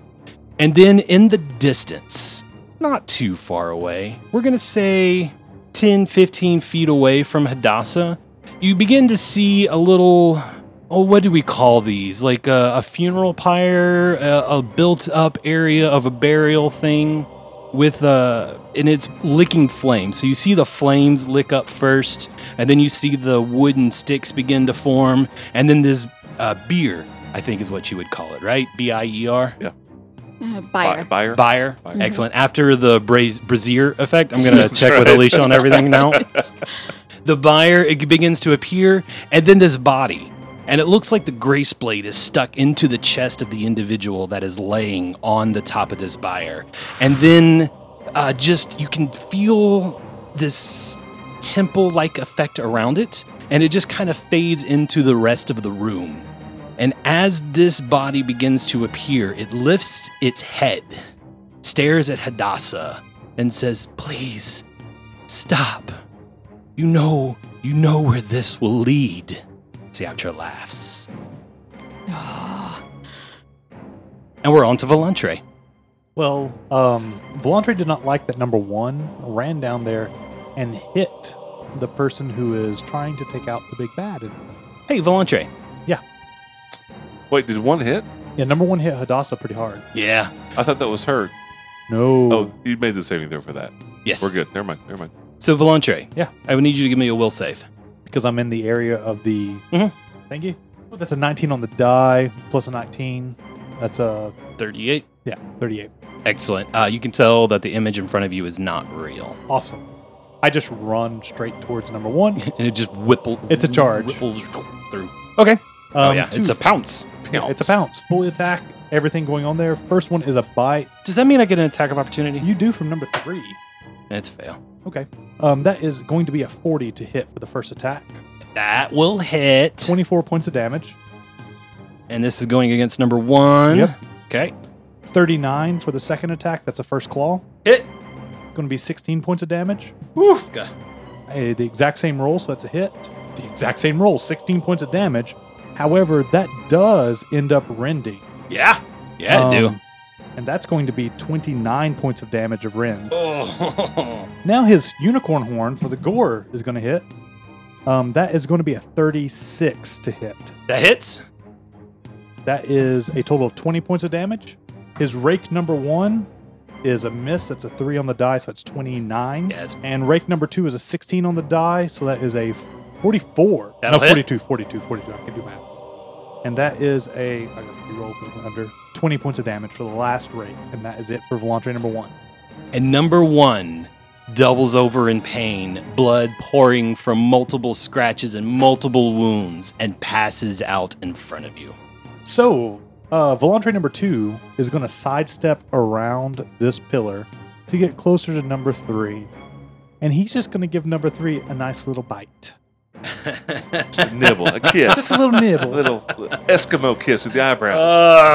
A: And then in the distance, not too far away, we're going to say 10, 15 feet away from Hadassah, you begin to see a little. Oh, what do we call these? Like a, a funeral pyre, a, a built up area of a burial thing with uh and it's licking flames. So you see the flames lick up first, and then you see the wooden sticks begin to form, and then this uh, beer, I think is what you would call it, right? B I E R.
B: Uh, buyer. *sighs*
C: Buyer. Buyer.
A: Buyer.
C: Buyer.
A: Excellent. After the bra- brazier effect, I'm going to check with Alicia on everything now. The buyer it begins to appear, and then this body. And it looks like the grace blade is stuck into the chest of the individual that is laying on the top of this buyer. And then uh, just you can feel this temple like effect around it, and it just kind of fades into the rest of the room. And as this body begins to appear, it lifts its head, stares at Hadassah, and says, Please, stop. You know, you know where this will lead. Siatra laughs.
B: Oh,
A: and we're on to Volantre.
D: Well, um, Volantre did not like that number one, ran down there and hit the person who is trying to take out the big bad. In this.
A: Hey, Volantre.
C: Wait, did one hit?
D: Yeah, number one hit Hadassah pretty hard.
A: Yeah.
C: I thought that was her.
D: No.
C: Oh, you made the saving throw for that.
A: Yes.
C: We're good. Never mind. Never mind.
A: So, Volantre.
D: Yeah.
A: I would need you to give me a will save.
D: Because I'm in the area of the.
A: Mhm.
D: Thank you. Well, that's a 19 on the die, plus a 19. That's a.
A: 38.
D: Yeah, 38.
A: Excellent. Uh, you can tell that the image in front of you is not real.
D: Awesome. I just run straight towards number one.
A: *laughs* And it just whipple.
D: It's a charge.
A: Whipples through. Okay. *laughs* oh,
D: Um,
A: yeah.
D: two
A: It's a
D: f-
A: pounce.
D: yeah, It's a pounce. Full attack. Everything going on there. First one is a bite.
A: Does that mean I get an attack of opportunity?
D: You do from number three.
A: It's a fail.
D: Okay. Um, that is going to be a 40 to hit for the first attack.
A: That will hit.
D: 24 points of damage.
A: And this is going against number one.
D: Yep.
A: Okay.
D: 39 for the second attack. That's a first claw.
A: Hit.
D: Going to be 16 points of damage.
A: Woof. Okay.
D: Uh, the exact same roll, so that's a hit. The exact same roll, 16 points of damage. However, that does end up rending.
A: Yeah. Yeah, I do.
D: Um, And that's going to be 29 points of damage of rend.
A: Oh.
D: Now his unicorn horn for the gore is going to hit. Um, that is going to be a 36 to hit.
A: *laughs* That hits.
D: That is a total of 20 points of damage. His rake number one is a miss. That's a three on the die, so it's 29.
A: Yeah, it's
D: And rake number two is a 16 on the die, so that is a 44.
A: That'll
D: no,
A: hit.
D: 42, 42, 42. I can do math. And that is a, I got to roll under 20 points of damage for the last rake. And that is it for Volantre number one.
A: And number one doubles over in pain, blood pouring from multiple scratches and multiple wounds, and passes out in front of you.
D: So, uh, Volantre number two is going to sidestep around this pillar to get closer to number three. And he's just going to give number three a nice little bite.
C: Just a nibble,
D: *laughs*
C: a kiss.
D: Just a little nibble. *laughs*
C: little Eskimo kiss with the eyebrows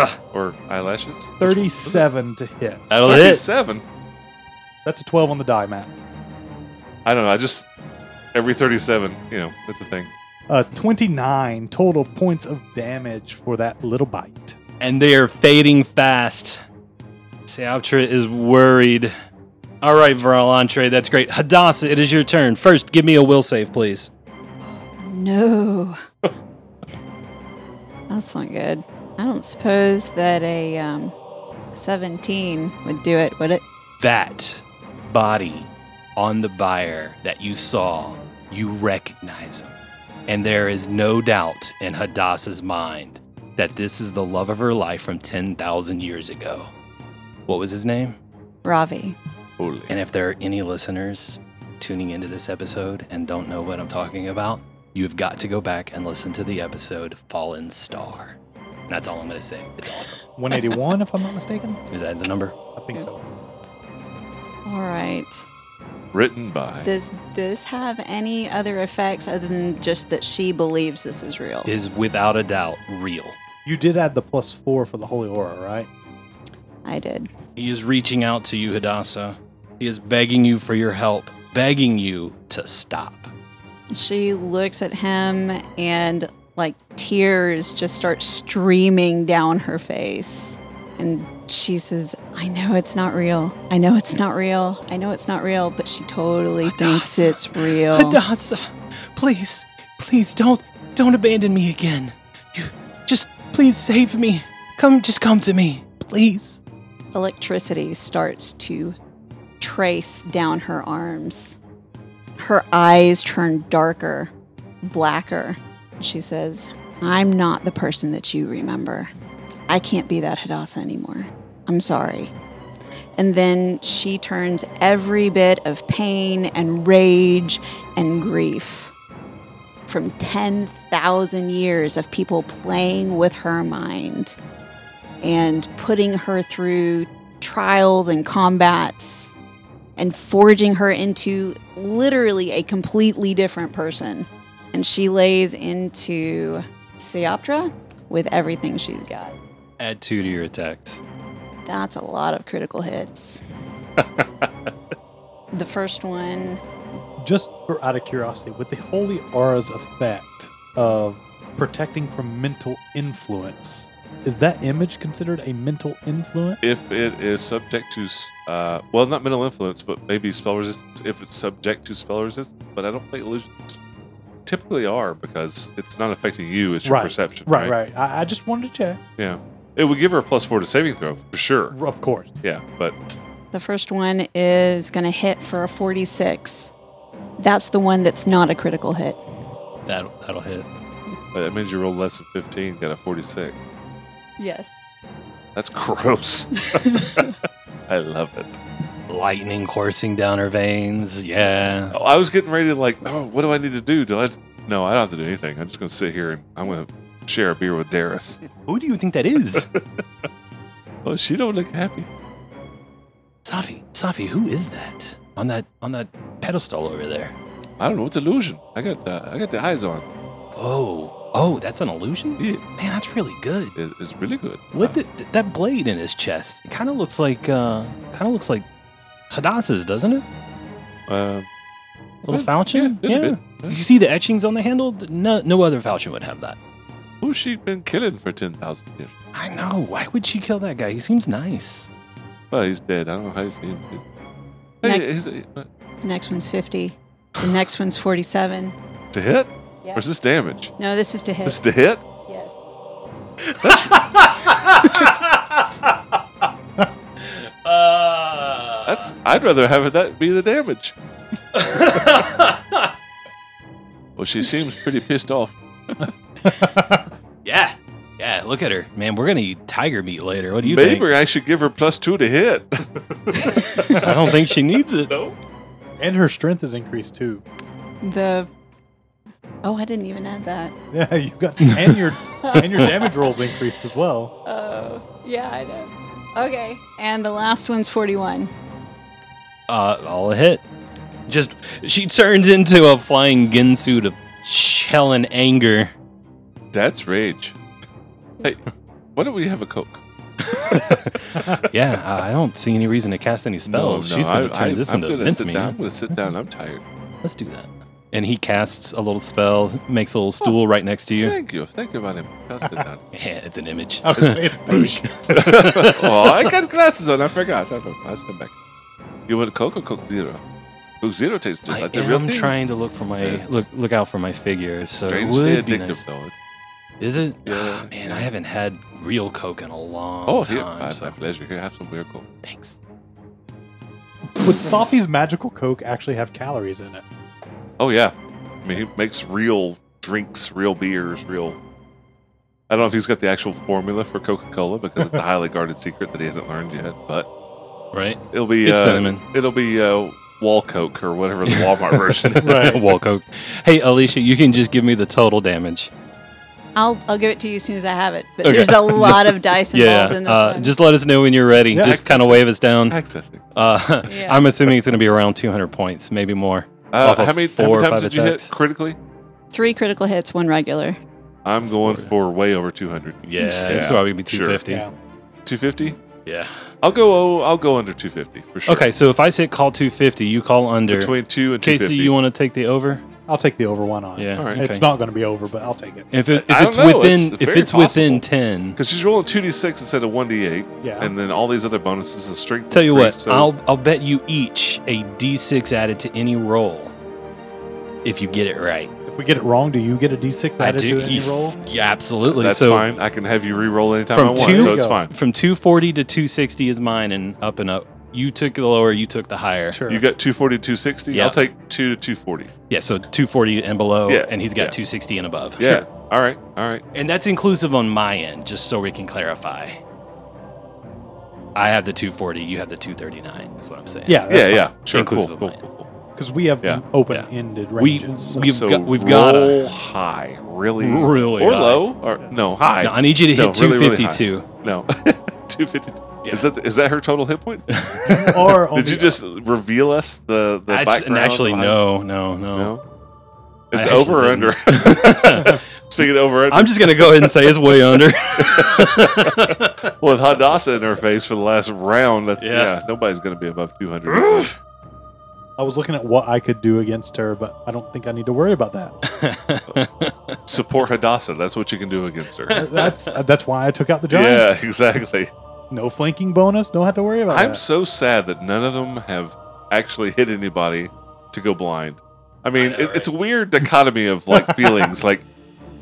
A: Uh,
C: or eyelashes.
D: 37 to hit.
A: that'll hit.
C: 37.
D: That's a 12 on the die, Matt.
C: I don't know. I just, every 37, you know, that's a thing.
D: Uh, 29 total points of damage for that little bite.
A: And they are fading fast. Seoutra is worried. All right, Valantre, that's great. Hadassah, it is your turn. First, give me a will save, please.
B: No. That's not good. I don't suppose that a um, 17 would do it, would it?
A: that body on the buyer that you saw, you recognize him. And there is no doubt in Hadassah's mind that this is the love of her life from 10,000 years ago. What was his name?
B: Ravi.
C: Holy.
A: And if there are any listeners tuning into this episode and don't know what I'm talking about, you've got to go back and listen to the episode Fallen Star. And that's all I'm going to say. It's awesome.
D: 181, if I'm not mistaken.
A: Is that the number?
D: I think so.
B: All right.
C: Written by.
B: Does this have any other effects other than just that she believes this is real?
A: Is without a doubt real.
D: You did add the plus four for the Holy Aura, right?
B: I did.
A: He is reaching out to you, Hadassah. He is begging you for your help, begging you to stop.
B: She looks at him and like tears just start streaming down her face. And she says, I know it's not real. I know it's not real. I know it's not real, but she totally thinks
A: Hadassah.
B: it's real.
A: Hadassah, please, please don't don't abandon me again. You just please save me. Come just come to me, please.
B: Electricity starts to trace down her arms. Her eyes turn darker, blacker. She says, I'm not the person that you remember. I can't be that Hadassah anymore. I'm sorry. And then she turns every bit of pain and rage and grief from 10,000 years of people playing with her mind and putting her through trials and combats and forging her into literally a completely different person. And she lays into Seoptra with everything she's got.
A: Add two to your attacks.
B: That's a lot of critical hits. the first one,
D: Just for out of curiosity, with the holy aura's effect of protecting from mental influence, is that image considered a mental influence?
C: If it is subject to, s- uh, well, not mental influence, but maybe spell resistance. If it's subject to spell resistance, but I don't think illusions typically are because it's not affecting you. It's your
D: Right,
C: perception.
D: Right, right. I, I just wanted to check.
C: Yeah. It would give her a plus four to saving throw for sure.
D: Of course.
C: Yeah, but
B: the first one is going to hit for a 46. That's the one that's not a critical hit.
A: That that'll hit.
C: but that means you rolled less than fifteen, got a forty-six.
B: Yes.
C: That's gross. *laughs* I love it.
A: Lightning coursing down her veins. Yeah.
C: Oh, I was getting ready to like, oh, what do I need to do? Do I? No, I don't have to do anything. I'm just gonna sit here and I'm gonna share a beer
A: *laughs*
C: with Darius.
A: Who do you think that is?
C: Oh, she don't look happy.
A: Safi, Safi, who is that on that on that pedestal over there?
C: I don't know. It's illusion. I got uh, I got the eyes on.
A: Oh, oh, that's an illusion.
C: Yeah,
A: Man, that's really good.
C: it, it's really good.
A: What the, that blade in his chest? It kind of looks like uh, kind of looks like Hadassah's, doesn't it?
C: Uh,
A: Little
C: Yeah,
A: falchion.
C: yeah, little bit.
A: You see the etchings on the handle? No, no other falchion would have that.
C: who's she been killing for ten thousand years?
A: I know. Why would she kill that guy? He seems nice.
C: Well, he's dead. I don't know how he's. He, he's
B: Next-
C: hey, he's, he- uh,
B: The next one's 50. The next one's 47.
C: to hit?
B: Yeah.
C: Or is this damage?
B: No, this is to hit.
C: This to hit?
B: yes.
C: That's. I'd rather have it that be
A: *laughs*
C: the damage. well, she seems pretty pissed off.
A: Yeah. Yeah, look at her. Man, we're going to eat tiger meat later. What do you
C: Maybe
A: think?
C: I should give her plus two to hit.
A: I don't think she needs
C: *laughs*
A: it.
D: And her strength is increased too. *laughs*
B: The. Oh, I didn't even add that.
D: Yeah, you got and your and your damage rolls increased as well.
B: Oh, yeah, I know. Okay. And the last one's 41.
A: Uh, all a hit. Just, she turns into a flying Gensuit of shell and anger.
C: That's rage. Hey, why don't we have a coke?
A: Yeah, I I don't see any reason to cast any spells. She's going to turn this
C: I'm
A: into
C: gonna
A: mince
C: sit
A: meat.
C: down. I'm gonna sit down. I'm tired.
A: Let's do that. And he casts a little spell, makes a little stool right next to you.
C: Thank you. Thank you, Vadim. I'll sit down. *laughs*
A: Yeah, it's an image.
D: I was gonna say it's boosh.
C: oh, I got glasses on. I forgot. I don't. I'll step back. You want a coke or coke zero? Coke zero tastes just
A: I
C: like the real
A: am
C: thing.
A: trying to look for my
C: It's-
A: look look out for my figure. So it
C: Strangely
A: would be
C: addictive,
A: nice.
C: though. It's-
A: Is it?
C: Yeah.
A: Ah, man, I haven't had real Coke in a long
C: Oh, here,
A: time.
C: my,
A: so
C: my pleasure. Here, have some beer, coke.
A: thanks.
D: Would Sophie's magical coke actually have calories in it?
C: Oh yeah, I mean he makes real drinks, real beers, real. I don't know if he's got the actual formula for Coca-Cola because it's a highly guarded secret that he hasn't learned yet. But
A: Right?
C: it'll be
A: It's
C: uh,
A: cinnamon.
C: It'll be uh, Wall Coke
A: *laughs*
C: or whatever the Walmart version.
A: *laughs*
C: is. *laughs*
A: Wall Coke. Hey, Alicia, you can just give me the total damage.
B: I'll, I'll give it to you as soon as I have it. But
A: Okay. *laughs*
B: there's a lot of dice involved
A: yeah.
B: in this
A: Uh,
B: one.
A: just let us know when you're ready.
D: Yeah,
A: just kind of wave us down.
C: Accessing.
B: *laughs*
A: Uh,
B: Yeah.
A: I'm assuming it's going to be around 200 points, maybe more.
C: Uh,
A: Off
C: how,
A: of
C: many, how
A: four or
C: many times
A: five
C: did you hit
A: attacks.
C: critically?
B: Three critical hits, one regular.
C: I'm going
A: four.
C: for way over 200.
A: Yeah, it's probably going to be
C: sure.
A: 250.
D: Yeah.
C: 250.
A: Yeah.
C: I'll go. Oh, I'll go under 250 for sure.
A: Okay, so if I say call 250, you call under.
C: Between two and 250.
A: Casey, you want to take the over?
D: I'll take the over one on. it.
A: Yeah.
C: All right.
A: okay.
D: It's not going to be over, but I'll take it.
A: If, it,
C: I
A: if
C: don't
A: it's
C: know,
A: within
C: it's
A: if
C: very
A: it's within
C: possible.
A: 10,
C: Because she's rolling 2d6 instead of 1d8.
D: Yeah.
C: And then all these other bonuses of strength.
A: Tell you what,
C: increase, so-
A: I'll I'll bet you each a d6 added to any roll if you get it right.
D: if we get it wrong, do you get a d6 added to any
A: you-
D: roll?
A: Yeah, absolutely.
C: That's
A: so
C: fine. I can have you re-roll anytime
A: From
C: I want,
A: two-
C: so it's
D: Go.
C: fine.
A: from 240 to 260 is mine, and up and up. You took the lower, you took the higher.
D: Sure.
C: You got 240 to 260.
A: Yeah.
C: I'll take two to 240.
A: Yeah, so 240 and below,
C: Yeah,
A: and he's got
C: yeah.
A: 260 and above.
C: Yeah. All right. All right.
A: and that's inclusive on my end, just so we can clarify. I have the 240. You have the 239. Is what I'm saying.
D: Yeah,
C: yeah,
D: that's
C: yeah. Sure, cool,
A: Inclusive
C: cool,
A: of
C: cool,
A: mine.
C: cool.
D: Because we have
C: Yeah.
D: open-ended
A: We-
D: ranges.
A: we- We've
C: so
A: got- we've
C: roll
A: gotta-
C: high, really,
A: Really
C: or
A: high.
C: low, or no high.
A: No, I need you to
C: No,
A: hit
C: really, really
A: 252.
C: No, *laughs* two fifty. Is that is that her total hit point?
D: or
C: *laughs*
D: on
C: Did you
D: the-
C: just reveal us the the
A: I just, and
C: background
A: actually,
C: behind-
A: no, no, no.
C: No. Is
A: I
C: it over or
A: actually
C: under? *laughs* Speaking of over
A: *laughs*
C: under,
A: I'm just gonna go ahead and say it's way
C: *laughs*
A: under.
C: well, with Hadassah in her face for the last round, that's, yeah.
A: Yeah.
C: nobody's going to be
A: *gasps*
C: above 200.
D: I was looking at what I could do against her, but I don't think I need to worry about that.
C: *laughs* Support Hadassah. That's what you can do against her.
D: That's uh, that's why I took out the
C: yeah, *laughs*
D: giants.
C: exactly.
D: No flanking bonus. Don't have to worry about
C: I'm
D: that.
C: so sad that none of them have actually hit anybody to go blind. I mean,
A: know,
C: it, it's a weird dichotomy of like feelings. like,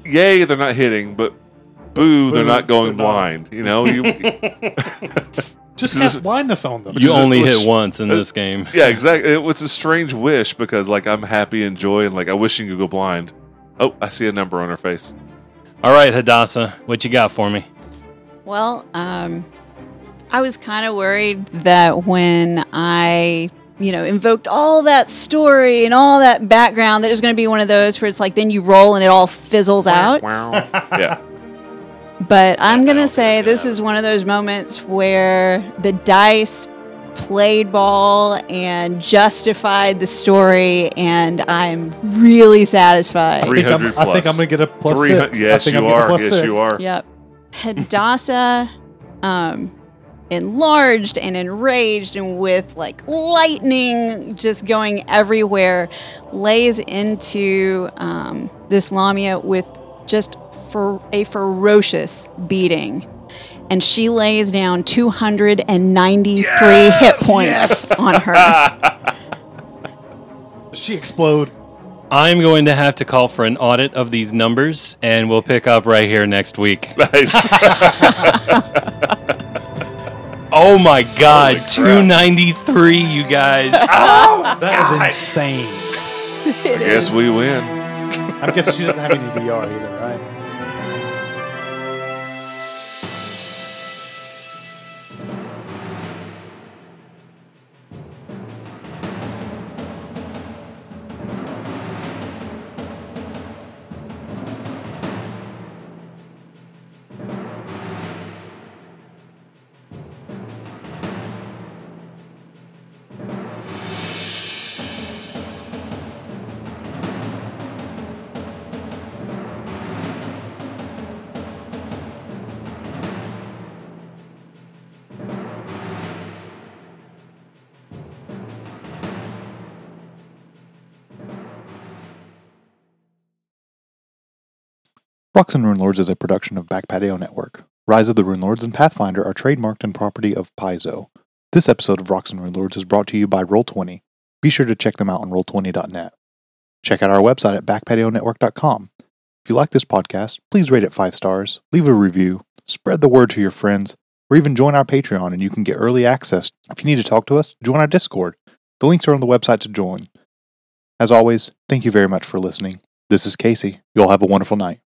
C: yay, they're not hitting, but boo, they're
D: Boo,
C: not going
D: they're not.
C: blind. You know, you
D: just
C: this is-
D: cast blindness on them.
C: Which is
A: you
C: a-
A: only
C: was-
A: hit once in this game.
C: Yeah, exactly. It was a strange wish because like I'm happy and joy and like I wish you could go blind. Oh, I see a number on her face.
A: All right, Hadassah, what you got for me?
B: Well, um, I was kind of worried that when I, you know, invoked all that story and all that background, that it was going to be one of those where it's like then you roll and it all fizzles out.
C: yeah.
B: But
A: Yeah,
B: I'm
A: I
B: going
A: don't
B: to
A: think
B: say
A: it's gonna
B: this is one of those moments where the dice played ball and justified the story, and I'm really satisfied.
D: I think I'm,
C: 300
D: I think
C: plus.
D: I'm gonna get a *laughs* plus
C: Three hun-
D: six. I
C: Yes,
D: think I'm
C: you
D: getting a
C: are.
D: plus
C: Yes,
D: six.
C: you are.
B: Yep. Hadassah, um, enlarged and enraged and with like lightning just going everywhere, lays into um, this Lamia with just for a ferocious beating. And she lays down 293 hit points on her.
D: Does She explode.
A: I'm going to have to call for an audit of these numbers, and we'll pick up right here next
C: *laughs*
A: week.
C: Nice.
A: Oh my God,
C: crap.
A: 293, you guys.
C: *laughs*
D: That is insane.
C: I guess we win.
D: I guess she doesn't have any DR either, right? Rocks and Rune Lords is a production of Back Patio Network. Rise of the Rune Lords and Pathfinder are trademarked and property of Paizo. This episode of Rocks and Rune Lords is brought to you by Roll20. Be sure to check them out on roll20.net. Check out our website at backpationetwork.com. If you like this podcast, please rate it five stars, leave a review, spread the word to your friends, or even join our Patreon and you can get early access. If you need to talk to us, join our Discord. The links are on the website to join. As always, thank you very much for listening. This is Casey. You all have a wonderful night.